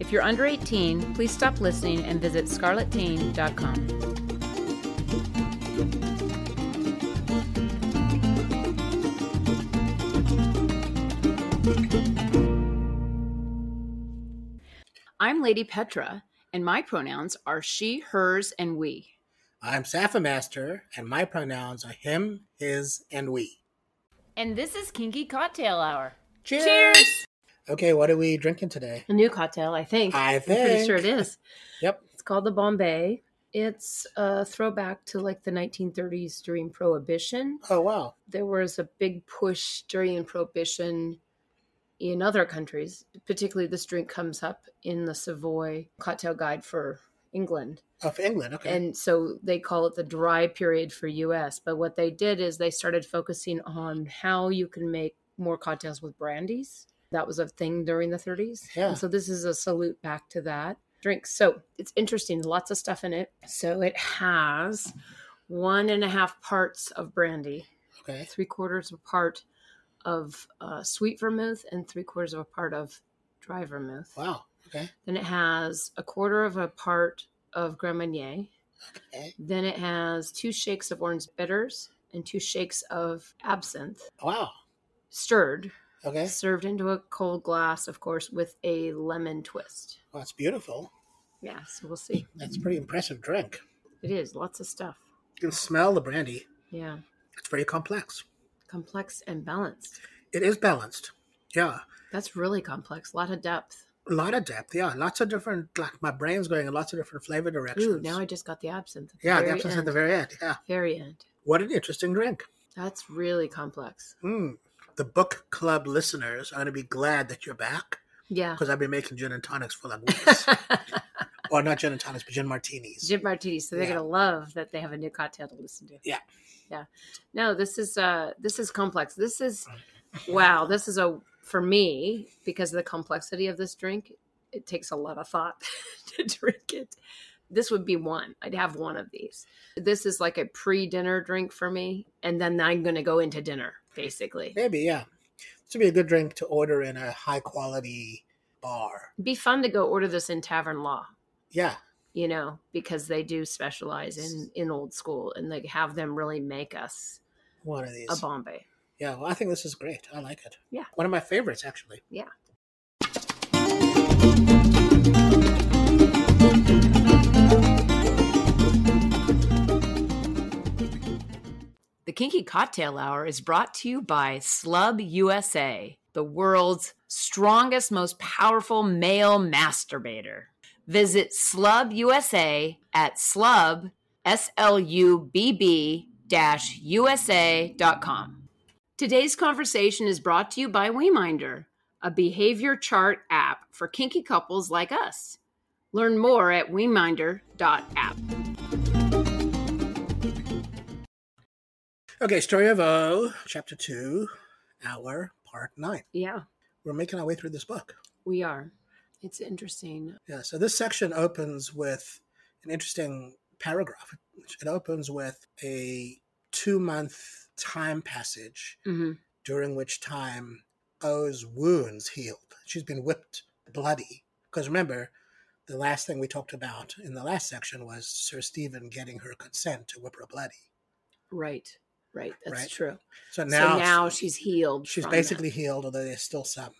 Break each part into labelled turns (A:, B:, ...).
A: If you're under 18, please stop listening and visit scarletteen.com. I'm Lady Petra, and my pronouns are she, hers, and we.
B: I'm Safa Master, and my pronouns are him, his, and we.
A: And this is Kinky Cocktail Hour.
B: Cheers! Okay, what are we drinking today?
A: A new cocktail, I think.
B: I
A: I'm pretty
B: think.
A: sure it is.
B: Yep.
C: It's called the Bombay. It's a throwback to like the 1930s during Prohibition.
B: Oh wow.
C: There was a big push during Prohibition in other countries. Particularly, this drink comes up in the Savoy Cocktail Guide for England.
B: Of England. Okay.
C: And so they call it the dry period for US. But what they did is they started focusing on how you can make more cocktails with brandies. That was a thing during the 30s.
B: Yeah.
C: And so this is a salute back to that drink. So it's interesting, lots of stuff in it. So it has one and a half parts of brandy,
B: okay.
C: three quarters of a part of uh, sweet vermouth, and three quarters of a part of dry vermouth.
B: Wow. Okay.
C: Then it has a quarter of a part of Grand Marnier.
B: Okay.
C: Then it has two shakes of orange bitters and two shakes of absinthe
B: Wow.
C: stirred,
B: Okay.
C: served into a cold glass, of course, with a lemon twist.
B: Well, that's beautiful.
C: Yeah, so we'll see.
B: That's a pretty impressive drink.
C: It is lots of stuff.
B: You can smell the brandy.
C: Yeah,
B: It's very complex.
C: complex and balanced.
B: It is balanced. Yeah.
C: That's really complex. A lot of depth.
B: A lot of depth. Yeah. Lots of different. Like my brain's going in lots of different flavor directions.
C: Ooh, now I just got the absinthe. At the
B: yeah.
C: very
B: The absence at
C: end.
B: the very end. Yeah.
C: very end.
B: What an interesting drink.
C: That's really complex.
B: Hmm. The book club listeners are going to be glad that you're back
C: Yeah.
B: because I've been making gin and tonics for like weeks. or not gin and tonics, but gin martinis.
C: Jim Martini. So they're
B: Yeah.
C: gonna love that they have a new cocktail to listen to.
B: Yeah.
C: Yeah. No, this is uh this is complex. This is wow, this is a for me, because of the complexity of this drink, it takes a lot of thought to drink it. This would be one. I'd have one of these. This is like a pre-dinner drink for me, and then I'm gonna go into dinner, basically.
B: Maybe, yeah. This would be a good drink to order in a high quality bar.
C: It'd be fun to go order this in Tavern Law.
B: Yeah.
C: you know, because they do specialize in in old school and like have them really make us
B: One of these.
C: a Bombay.
B: yeah, well, I think this is great. I like it.
C: Yeah.
B: One of my favorites, actually.
C: Yeah.
A: The Kinky Cocktail Hour is brought to you by Slub USA, the world's strongest, most powerful male masturbator. Visit Slub USA at slub, S L U B B USA.com. Today's conversation is brought to you by WeMinder, a behavior chart app for kinky couples like us. Learn more at WeMinder.app.
B: Okay, Story of O, Chapter 2, Hour, Part 9.
C: Yeah,
B: We're making our way through this book.
C: we are. It's interesting.
B: Yeah, so this section opens with an interesting paragraph. It opens with a two month time passage
A: Mm-hmm.
C: hmm
B: during which time O's wounds healed. She's been whipped bloody. Because remember, the last thing we talked about in the last section was Sir Stephen getting her consent to whip her bloody.
C: Right, right. That's
B: Right.
C: true.
B: So now,
C: Now, so now she's healed.
B: she's
C: from that.
B: basically healed, although there's still some.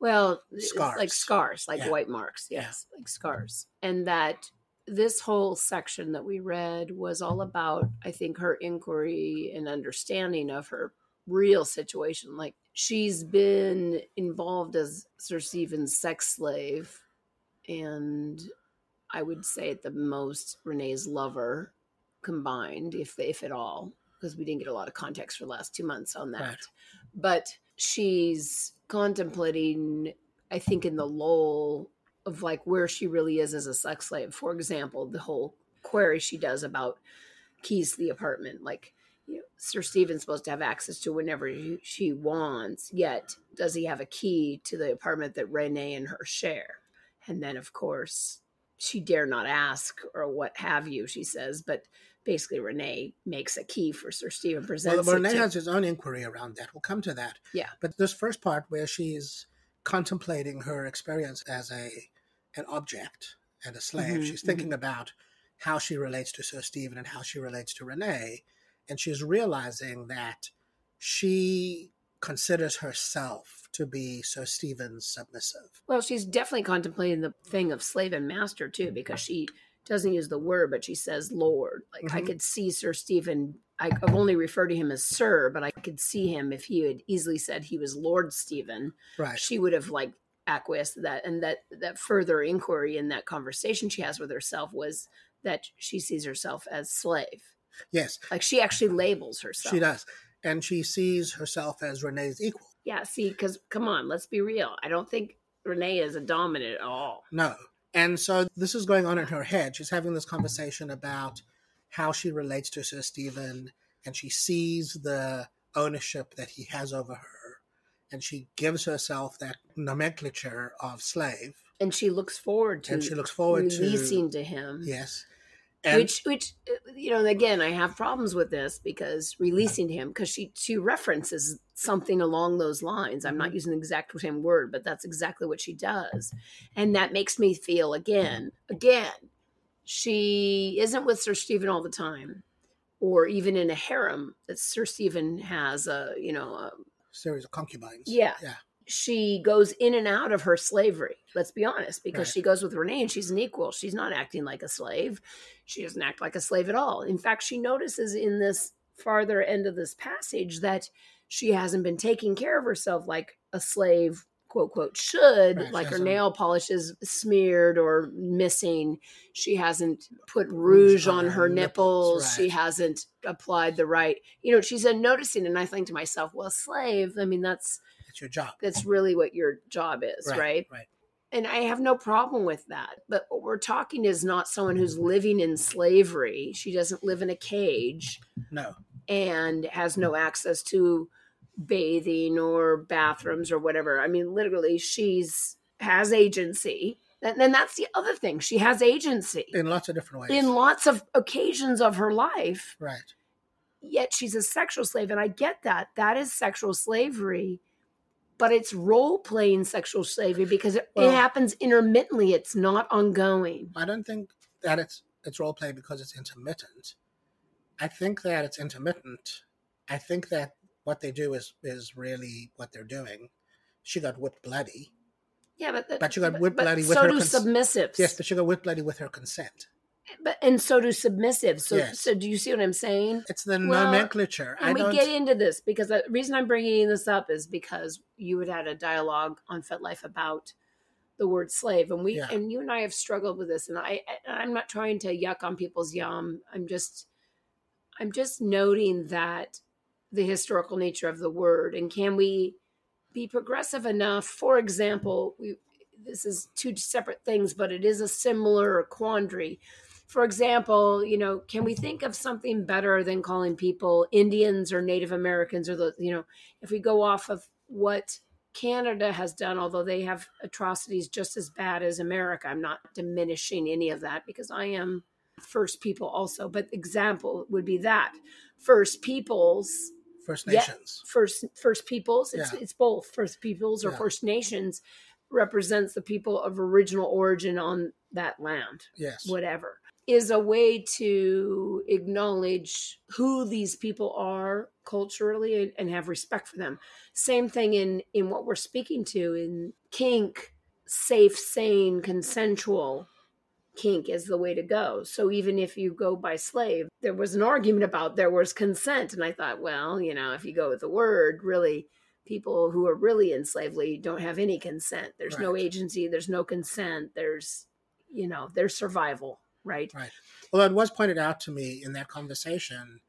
C: well, it's like
B: Scars.
C: scars, like
B: Yeah.
C: white marks.
B: Yeah. Mm-hmm.
C: Yes, like scars, and that this whole section that we read was all about, I think, her inquiry and understanding of her real situation. Like she's been involved as Sir Stephen's sex slave, and I would say at the most Renee's lover combined, if if at all, because we didn't get a lot of context for the last two months on that.
B: Right.
C: But she's contemplating, I think, in the lull of like where she really is as a sex slave. For example, the whole query she does about keys to the apartment, like you know, Sir Stephen's supposed to have access to whenever he- she wants. Yet, does he have a key to the apartment that Renee and her share? And then, of course, she dare not ask or what have you. She says, but basically, Renee makes a key for Sir Stephen.
B: Well,
C: Presents it
B: Renee
C: to-
B: has his own inquiry around that. We'll come to that.
C: Yeah.
B: But this first part where she's contemplating her experience as a an object and a slave,
C: Mhm,
B: she's thinking about how she relates to Sir Stephen and how she relates to Renee, and she's realizing that she considers herself to be Sir Stephen's submissive.
C: Well, she's definitely contemplating the thing of slave and master too, because she doesn't use the word, but she says Lord. Like I
B: Mhm.
C: could see Sir Stephen. I- I've only referred to him as Sir, but I could see him if he had easily said he was Lord Stephen.
B: Right.
C: She would have like acquiesced to that, and that that further inquiry in that conversation she has with herself was that she sees herself as slave.
B: Yes,
C: Like she actually labels herself.
B: she does. And she sees herself as Renee's equal.
C: Yeah. See, because come on, let's be real. I don't think Renee is a dominant at all.
B: No. And so this is going on in her head. She's having this conversation about how she relates to Sir Stephen and she sees the ownership that he has over her. And she gives herself that nomenclature of slave.
C: And she looks forward to
B: and she looks forward
C: releasing
B: to.
C: to, him.
B: Yes. And
C: Which, which, uh, you know, and again, I have problems with this because releasing to him because she she references something along those lines. I'm
B: Mm-hmm.
C: not using the exact same word, but that's exactly what she does, and that makes me feel again, again, she isn't with Sir Stephen all the time, or even in a harem that Sir Stephen has a you know a,
B: series of concubines.
C: yeah.
B: Yeah.
C: She goes in and out of her slavery. Let's be honest, because
B: Right.
C: she goes with Renee and she's an equal. She's not acting like a slave. She doesn't act like a slave at all. In fact, she notices in this farther end of this passage that she hasn't been taking care of herself like a slave, quote, quote, should,
B: Right, she
C: like her
B: hasn't-
C: nail polish is smeared or missing. She hasn't put
B: Rouge
C: rouge
B: on
C: on
B: her
C: her nipples.
B: nipples,
C: She
B: right.
C: hasn't applied the right, you know, she's unnoticing. And I think to myself, well, slave, I mean, that's
B: It's your job.
C: that's really what your job is, right?
B: Right.
C: And I have no problem with that. But what we're talking is not someone who's living in slavery. She doesn't live in a cage
B: No.
C: and has no access to bathing or bathrooms or whatever. I mean, literally, she's has agency. And then that's the other thing. She has agency
B: In lots of different ways.
C: in lots of occasions of her life
B: right.
C: yet she's a sexual slave and i get that that is sexual slavery but it's role playing sexual slavery because it,
B: Well-
C: it happens intermittently it's not ongoing
B: I don't think that it's it's role play because it's intermittent. I think that it's intermittent. I think that what they do is is really what they're doing. She got whipped bloody.
C: yeah but that,
B: But you got whip bloody with
C: so
B: her
C: do
B: cons-
C: submissives
B: Yes, but she got whipped bloody with her consent.
C: but and so do submissives so
B: Yes.
C: so do you see what i'm saying
B: It's the
C: Well,
B: nomenclature. I
C: and
B: don't.
C: we get into this because the reason I'm bringing this up is because you had had a dialogue on FetLife about the word slave, and we
B: Yeah.
C: and you and I have struggled with this. And I and I'm not trying to yuck on people's yum. I'm just I'm just noting that the historical nature of the word and can we be progressive enough? For example, we this is two separate things, but it is a similar quandary for example, you know, can we think of something better than calling people Indians or Native Americans or the, you know, if we go off of what Canada has done, although they have atrocities just as bad as America, I'm not diminishing any of that because I am First People also. But example would be that First Peoples
B: First
C: yeah.
B: Nations.
C: First First Peoples. It's
B: Yeah.
C: it's both First Peoples or
B: Yeah.
C: First Nations represents the people of original origin on that land
B: Yes.
C: whatever is a way to acknowledge who these people are culturally and, and have respect for them same thing in in what we're speaking to in kink safe sane consensual kink as the way to go. So even if you go by slave, there was an argument about there was consent. And I thought, well, you know, if you go with the word, really people who are really in slavery don't have any consent. There's no
B: Right.
C: agency, there's no consent, there's, you know, there's survival, right?
B: Right. Well, it was pointed out to me in that conversation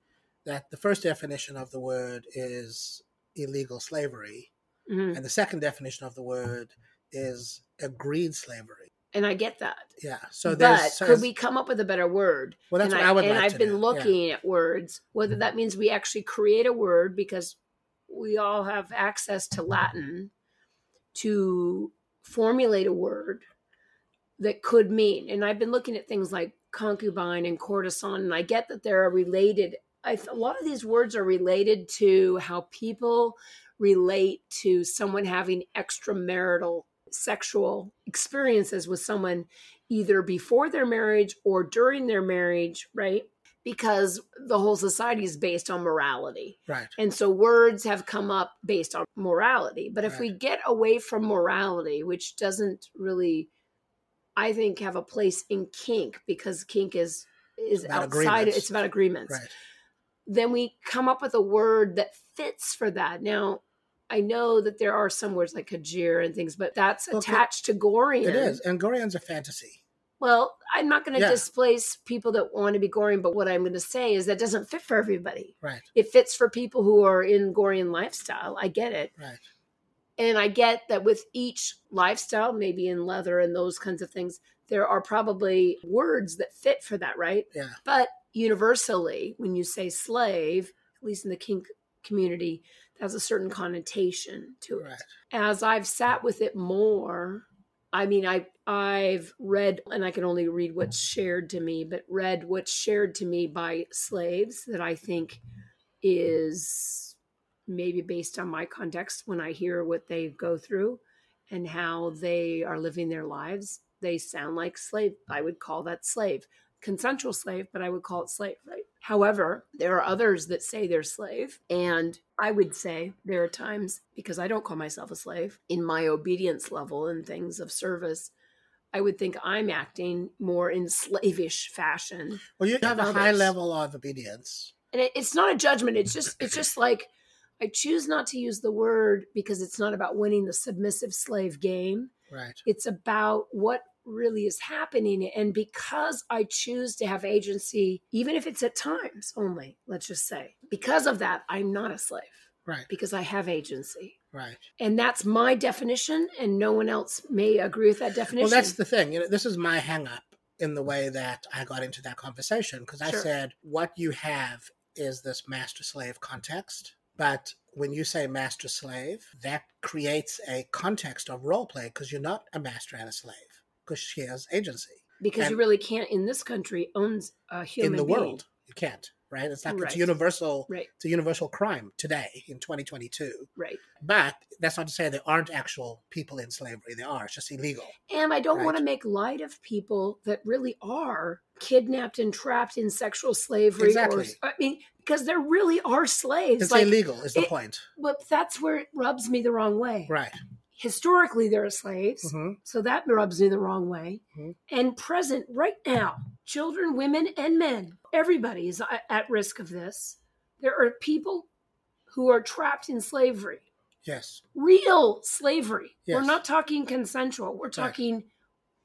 B: that the first definition of the word is illegal slavery,
C: Mhm.
B: and the second definition of the word is agreed slavery.
C: And I get that.
B: Yeah. So
C: but
B: there's so
C: could we come up with a better word?
B: well, that's
C: and
B: what I, would
C: and
B: like
C: I've
B: to
C: been
B: do. Yeah. Mm-hmm.
C: looking at words, whether that means we actually create a word because we all have access to Latin to formulate a word that could mean. And I've been looking at things like concubine and courtesan, and I get that they're related. I, a lot of these words are related to how people relate to someone having extramarital sexual experiences with someone either before their marriage or during their marriage, right? Because the whole society is based on morality.
B: Right.
C: And so words have come up based on morality. But if we
B: Right.
C: get away from morality, which doesn't really, I think, have a place in kink because kink is is
B: about
C: outside
B: agreements.
C: it's about agreements
B: Right.
C: then we come up with a word that fits for that. Now, I know that there are some words like kajir and things, but that's
B: Well,
C: attached to Gorian.
B: It is. And Gorian's a fantasy.
C: Well, I'm not going to
B: Yeah.
C: displace people that want to be Gorian, but what I'm going to say is that doesn't fit for everybody.
B: Right.
C: It fits for people who are in Gorian lifestyle. I get it.
B: Right.
C: And I get that with each lifestyle, maybe in leather and those kinds of things, there are probably words that fit for that, right?
B: Yeah.
C: But universally, when you say slave, at least in the kink community, has a certain connotation to it.
B: Right.
C: As I've sat with it more, I mean, I I've read, and I can only read what's shared to me, but read what's shared to me by slaves that I think is maybe based on my context when I hear what they go through and how they are living their lives. They sound like slave. I would call that slave, consensual slave, but I would call it slave, right? However, there are others that say they're slave. And I would say there are times, because I don't call myself a slave, in my obedience level and things of service, I would think I'm acting more in slavish fashion.
B: Well, you have a high
C: Others.
B: level of obedience.
C: And it, it's not a judgment. It's just it's just like I choose not to use the word because it's not about winning the submissive slave game.
B: Right.
C: It's about what really is happening. And because I choose to have agency, even if it's at times only, let's just say, because of that, I'm not a slave
B: Right.
C: because I have agency.
B: Right.
C: And that's my definition, and no one else may agree with that definition.
B: Well, that's the thing. You know, this is my hang up in the way that I got into that conversation because I
C: Mm-hmm. Sure.
B: said, what you have is this master slave context. But when you say master slave, that creates a context of role play because you're not a master and a slave because she has agency
C: because you
B: and-
C: really can't in this country own a human
B: in the
C: being.
B: world. You can't, right? It's like
C: Right.
B: it's universal.
C: Right,
B: It's a universal crime today in 2022.
C: right.
B: But that's not to say there aren't actual people in slavery. There are. It's just illegal.
C: And I don't
B: Right.
C: want to make light of people that really are kidnapped and trapped in sexual slavery.
B: Exactly.
C: Or, I mean, because there really are slaves.
B: It's,
C: like,
B: illegal. Is the
C: it-
B: point,
C: but that's where it rubs me the wrong way.
B: right?
C: Historically, there are slaves.
B: hmm
C: So that rubs me the wrong way.
B: Mhm.
C: And present right now, children, women, and men, everybody is a- at risk of this. There are people who are trapped in slavery,
B: Yes.
C: real slavery. We're
B: Yes.
C: not talking consensual, we're talking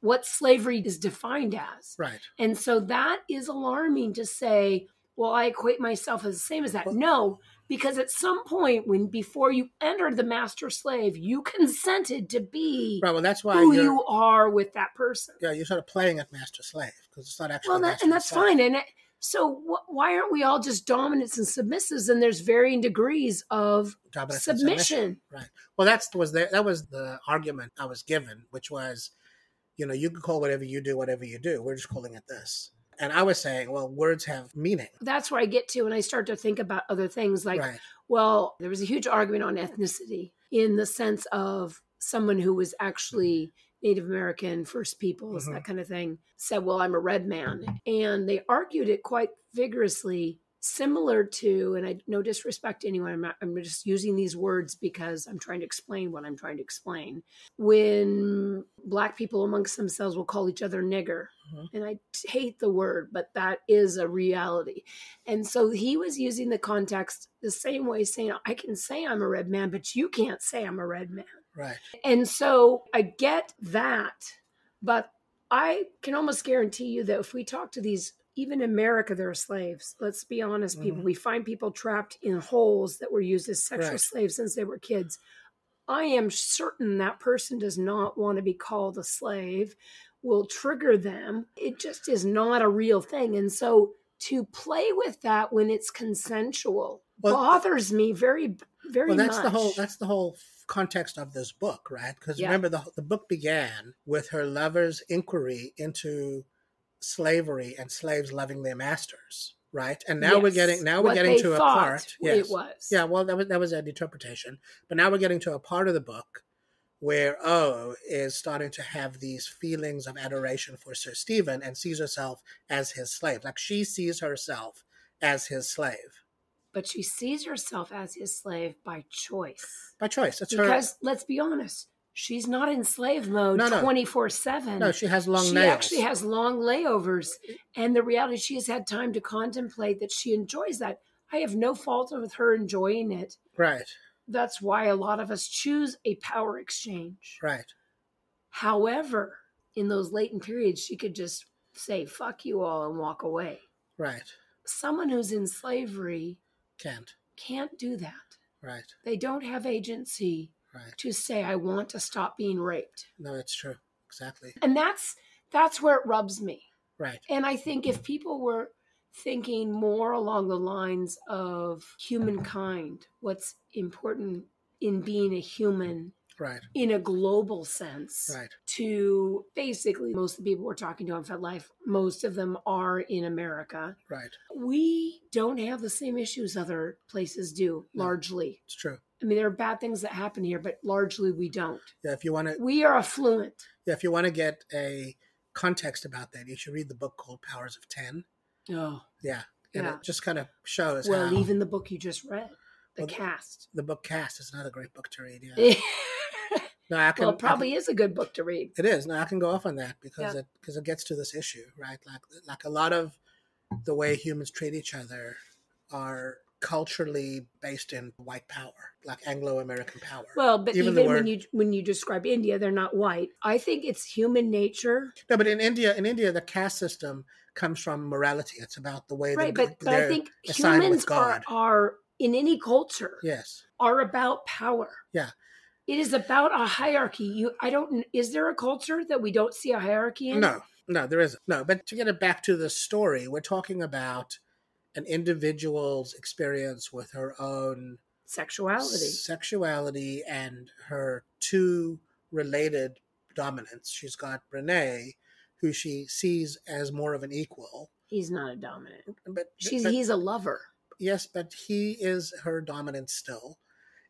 C: what slavery is defined as.
B: Right.
C: And so that is alarming to say, well, I equate myself as the same as that.
B: Well-
C: no, because at some point when before you entered the master slave, you consented to be
B: Right. Well, that's why
C: who
B: you're,
C: you are with that person.
B: yeah, you're sort of playing at master slave because it's not actually.
C: Well, that,
B: master
C: and that's
B: slave.
C: fine. And it, so, wh- why aren't we all just dominants and submissives? And there's varying degrees of
B: Dominance and
C: submission.
B: Right. Well, that's was the, that was the argument I was given, which was, you know, you can call whatever you do whatever you do. We're just calling it this. And I was saying, well, words have meaning.
C: That's where I get to, and I start to think about other things like,
B: right.
C: well, there was a huge argument on ethnicity in the sense of someone who was actually Native American, First Peoples,
B: Mhm.
C: that kind of thing, said, Well, I'm a red man. And they argued it quite vigorously similar to, and I no disrespect to anyone, I'm, not, I'm just using these words because I'm trying to explain what I'm trying to explain. When black people amongst themselves will call each other nigger,
B: Mhm.
C: and I t- hate the word, but that is a reality. And so he was using the context the same way, saying, I can say I'm a red man, but you can't say I'm a red man.
B: Right.
C: And so I get that, but I can almost guarantee you that if we talk to these, even in America, there are slaves. Let's be honest, people.
B: Mhm.
C: We find people trapped in holes that were used as sexual
B: Right.
C: slaves since they were kids. I am certain that person does not want to be called a slave, will trigger them. It just is not a real thing. And so to play with that when it's consensual
B: Well-
C: bothers me very, very
B: Well, that's
C: much.
B: the whole. That's the whole context of this book, right? Because
C: Yeah.
B: remember, the the book began with her lover's inquiry into slavery and slaves loving their masters, right? And now we're
C: Yes.
B: getting now we're
C: What
B: getting
C: they
B: to a
C: thought
B: part. Yes.
C: It was.
B: Yeah, well, that was that was an interpretation, but now we're getting to a part of the book where O is starting to have these feelings of adoration for Sir Stephen and sees herself as his slave. Like she sees herself as his slave
C: But she sees herself as his slave by choice.
B: by choice. It's her.
C: Because let's be honest, she's not in slave mode
B: No, no.
C: 24 7.
B: No, she has long
C: she
B: nails.
C: actually has long layovers. And the reality, she has had time to contemplate that she enjoys that. I have no fault with her enjoying it.
B: right,
C: That's why a lot of us choose a power exchange.
B: right.
C: However, in those latent periods, she could just say, fuck you all and walk away.
B: Right.
C: Someone who's in slavery
B: Can't.
C: can't do that.
B: Right.
C: They don't have agency
B: Right.
C: to say I want to stop being raped.
B: No, it's true. Exactly.
C: And that's that's where it rubs me.
B: Right.
C: And I think if people were thinking more along the lines of humankind, what's important in being a human
B: Right.
C: in a global sense
B: Right.
C: to basically most of the people we're talking to on Fed Life, most of them are in America.
B: Right.
C: We don't have the same issues other places do,
B: No.
C: largely.
B: It's true.
C: I mean, there are bad things that happen here, but largely we don't.
B: Yeah. If you want to,
C: We are affluent.
B: yeah, if you want to get a context about that, you should read the book called Powers of Ten.
C: Oh,
B: Yeah. And
C: Yeah.
B: it just kind of shows
C: well,
B: how
C: even the book you just read, The
B: Well, th-
C: Cast.
B: the book Cast is another great book to read. Yeah.
C: Eh, well,
B: No, I can, I
C: it
B: can-
C: probably is a good book to read.
B: it is. No, I can go off on that because it because it gets to this issue, right? Like like a lot of the way humans treat each other are culturally based in white power, like Anglo-American power.
C: Well, but
B: Even
C: even,
B: the
C: when
B: word-
C: you when you describe India, they're not white. I think it's human nature,
B: No, but in India, in India, the caste system comes from morality. It's about the way
C: right?
B: that
C: But but I think
B: assigned with
C: humans are
B: God.
C: are in any culture
B: yes,
C: are about power.
B: Yeah.
C: It is about a hierarchy. You, I don't. Is there a culture that we don't see a hierarchy in?
B: no, no, there isn't. No, but to get it back to the story, we're talking about an individual's experience with her own
C: Sexuality.
B: sexuality and her two related dominants. She's got Renee, who she sees as more of an equal,
C: He's not a dominant.
B: but
C: She's
B: but-
C: he's a lover.
B: yes, but he is her dominant still.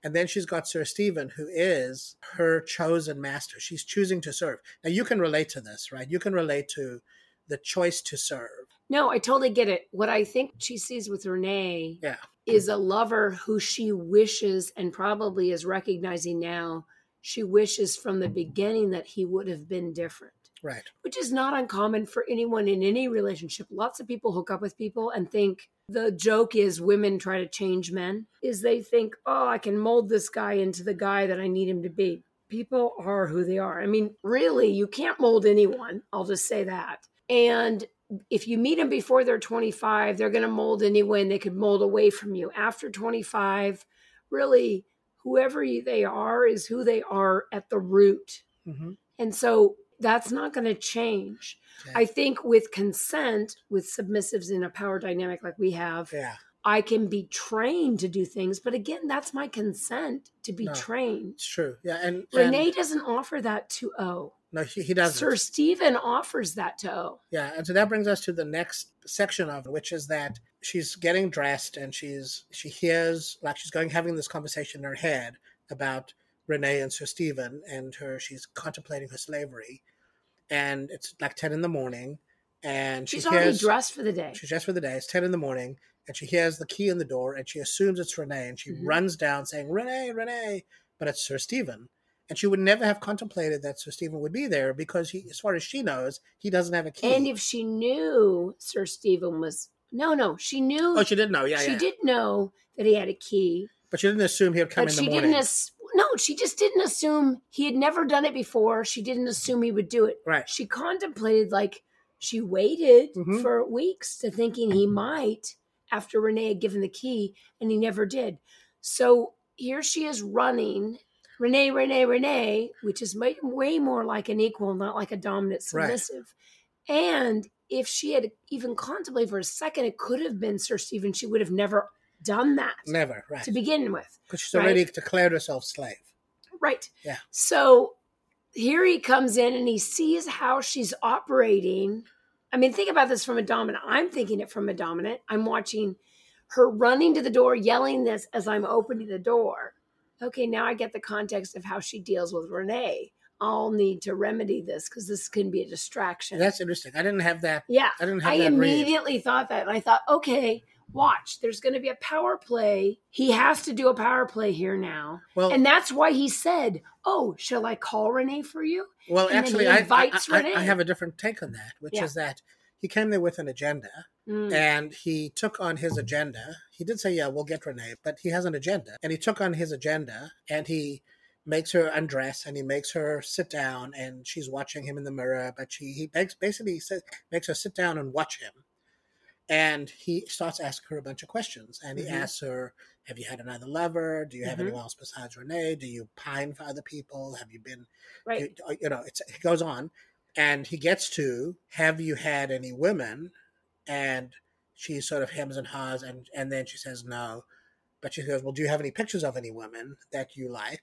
B: And then she's got Sir Stephen, who is her chosen master. She's choosing to serve. Now you can relate to this, right? You can relate to the choice to serve.
C: No, I totally get it. What I think she sees with Renee
B: Yeah.
C: is a lover who she wishes and probably is recognizing now she wishes from the beginning that he would have been different,
B: Right.
C: which is not uncommon for anyone in any relationship. Lots of people hook up with people and think the joke is women try to change men, is they think, oh, I can mold this guy into the guy that I need him to be. People are who they are. I mean, really, you can't mold anyone. I'll just say that. And if you meet them before they're 25, they're going to mold anyway and they could mold away from you. After 25, really, whoever you- they are is who they are at the root.
B: Mm-hmm.
C: And so that's not going to change. I think with consent, with submissives in a power dynamic like we have,
B: yeah.
C: I can be trained to do things. But again, that's my consent to be
B: No.
C: trained.
B: It's true. Yeah. And, and-
C: Renee doesn't offer that to O.
B: no, he, he doesn't.
C: Sir Stephen offers that to O.
B: Yeah, and so that brings us to the next section of it, which is that she's getting dressed and she's she hears like she's going having this conversation in her head about Renee and Sir Stephen and her she's contemplating her slavery, and it's like ten in the morning, and she
C: She's already
B: hears
C: dressed for the day.
B: she's dressed for the day. It's ten in the morning, and she hears the key in the door, and she assumes it's Renee, and she
C: Mhm.
B: runs down saying, "Renee, Renee!" But it's Sir Stephen, and she would never have contemplated that Sir Stephen would be there because he, as far as she knows, he doesn't have a key.
C: And if she knew Sir Stephen was no, no, she knew
B: oh, she did know, yeah,
C: she
B: yeah.
C: did know that he had a key,
B: But she didn't assume he would come
C: but
B: in the
C: she
B: morning,
C: didn't. Ass- no, she just didn't assume he had never done it before. She didn't assume he would do it.
B: right?
C: She contemplated like she waited
B: Mhm.
C: for weeks to thinking he might after Renee had given the key, and he never did. So here she is running. Renee, Renee, Renee, which is way, way more like an equal, not like a dominant
B: Right.
C: submissive. And if she had even contemplated for a second, it could have been Sir Stephen. She would have never done that
B: Never, right?
C: to begin with.
B: Because she's
C: right.
B: already declared herself slave.
C: Right.
B: Yeah.
C: So here he comes in and he sees how she's operating. I mean, think about this from a dominant. I'm thinking it from a dominant. I'm watching her running to the door, yelling this as I'm opening the door. Okay, now I get the context of how she deals with Renee. I'll need to remedy this because this can be a distraction.
B: That's interesting. I didn't have that.
C: yeah.
B: I didn't have
C: I
B: that read.
C: immediately thought that. And I thought, okay, watch, there's going to be a power play. He has to do a power play here now.
B: Well,
C: And that's why he said, "Oh, shall I call Renee for you?"
B: well,
C: and then
B: actually,
C: he
B: I, I,
C: invites
B: I-
C: Renee.
B: I have a different take on that, which
C: Yeah.
B: is that he came there with an agenda.
C: Mm.
B: and he took on his agenda. He did say, "Yeah, we'll get Renee," but he has an agenda, and he took on his agenda, and he makes her undress, and he makes her sit down, and she's watching him in the mirror, but she he makes, basically says, makes her sit down and watch him, and he starts asking her a bunch of questions, and he
C: Mhm.
B: asks her, "Have you had another lover? Do you have
C: Mhm.
B: anyone else besides Renee? Do you pine for other people? Have you been
C: Right?
B: you, you know, it's, it goes on, and he gets to have you had any women, and she sort of hems and haws, and and then she says no, but she goes, well, do you have any pictures of any women that you like?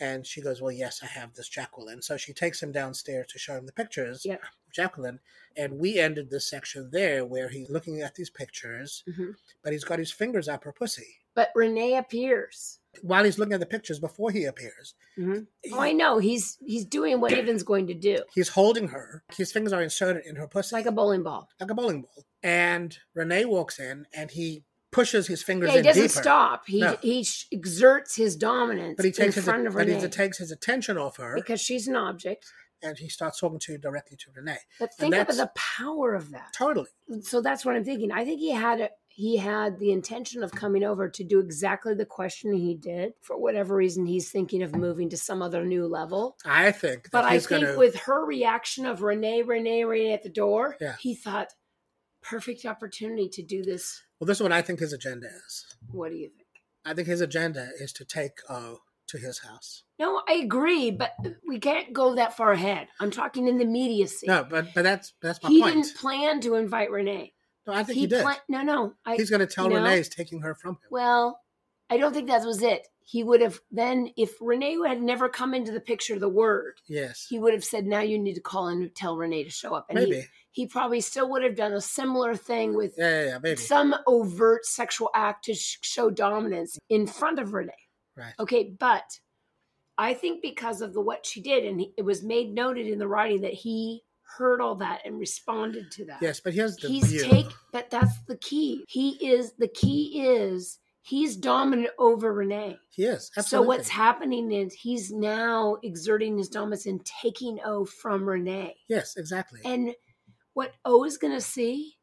B: And she goes, well, yes, I have this Jacqueline. So she takes him downstairs to show him the pictures
C: Yep.
B: of Jacqueline, and we ended this section there where he's looking at these pictures,
C: Mhm.
B: but he's got his fingers up her pussy
C: But Renee appears.
B: while he's looking at the pictures before he appears.
C: Mhm. Oh, I know he's he's doing what Evan's going to do.
B: He's holding her. His fingers are inserted in her
C: It's
B: pussy.
C: like a bowling ball.
B: like a bowling ball. And Renee walks in and he pushes his fingers
C: Yeah, he
B: in
C: doesn't
B: deeper.
C: stop. He
B: No.
C: he sh- exerts his dominance
B: But he takes
C: in
B: his
C: front of
B: but he
C: Renee
B: just takes his attention off her
C: because she's an object.
B: and he starts talking to directly to Renee.
C: But think of
B: that's-
C: the power of that.
B: Totally.
C: So that's what I'm thinking. I think he had a, he had the intention of coming over to do exactly the question he did. For whatever reason, he's thinking of moving to some other new level.
B: I think that
C: But I
B: he's
C: think
B: gonna
C: with her reaction of Renee, Renee, Renee at the door,
B: Yeah.
C: he thought perfect opportunity to do this.
B: Well this is what I think his agenda is.
C: What do you think?
B: I think his agenda is to take O to his house.
C: No, I agree, but we can't go that far ahead. I'm talking in the immediacy.
B: No, but but that's that's my
C: he
B: point.
C: didn't plan to invite Renee.
B: No, I think he, did.
C: pla- no, no. I,
B: he's gonna tell
C: no.
B: Renee he's taking her from him.
C: Well, I don't think that was it. He would have then, if Renee had never come into the picture, the word,
B: Yes.
C: he would have said, "Now you need to call and tell Renee to show up." And
B: Maybe.
C: He, he probably still would have done a similar thing with
B: yeah, yeah, yeah, maybe.
C: some overt sexual act to sh- show dominance in front of Renee.
B: Right.
C: Okay, but I think because of the what she did, and he, it was made noted in the writing that he heard all that and responded to that
B: Yes, but here's the
C: he's
B: view.
C: take but that's the key he is the key is he's dominant over renee
B: he is. Absolutely.
C: so what's happening is he's now exerting his dominance and taking o from renee
B: Yes, exactly.
C: and what o is going to see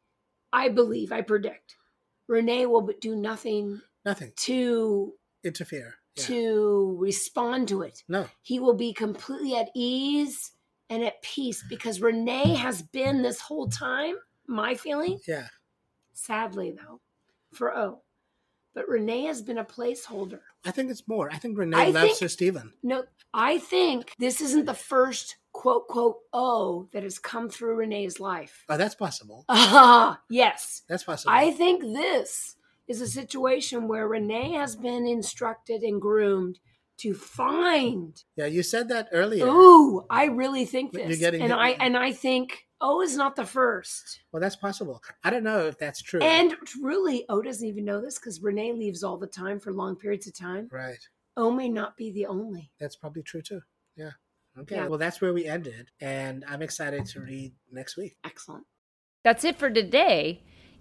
C: i believe i predict renee will b- do nothing
B: Nothing.
C: to
B: Interfere. Yeah.
C: to respond to it
B: no.
C: he will be completely at ease and at peace because renee has been this whole time my feeling
B: Yeah.
C: sadly though, for O. But Renee has been a placeholder.
B: I think it's more. I think Renee
C: I
B: loves
C: think-
B: Sir Stephen.
C: No, I think this isn't the first quote quote O that has come through Renee's life.
B: Oh, that's possible.
C: Ah, yes.
B: That's possible.
C: I think this is a situation where Renee has been instructed and groomed to find.
B: yeah, you said that earlier.
C: Ooh, I really think
B: You're
C: this.
B: getting
C: and
B: hit.
C: I and I think O is not the first.
B: Well, that's possible. I don't know if that's true.
C: And truly, O doesn't even know this because Renee leaves all the time for long periods of time.
B: right,
C: O may not be the only.
B: that's probably true too. Yeah. Okay.
C: Yeah.
B: Well, that's where we ended, and I'm excited to read next week.
C: Excellent.
D: That's it for today.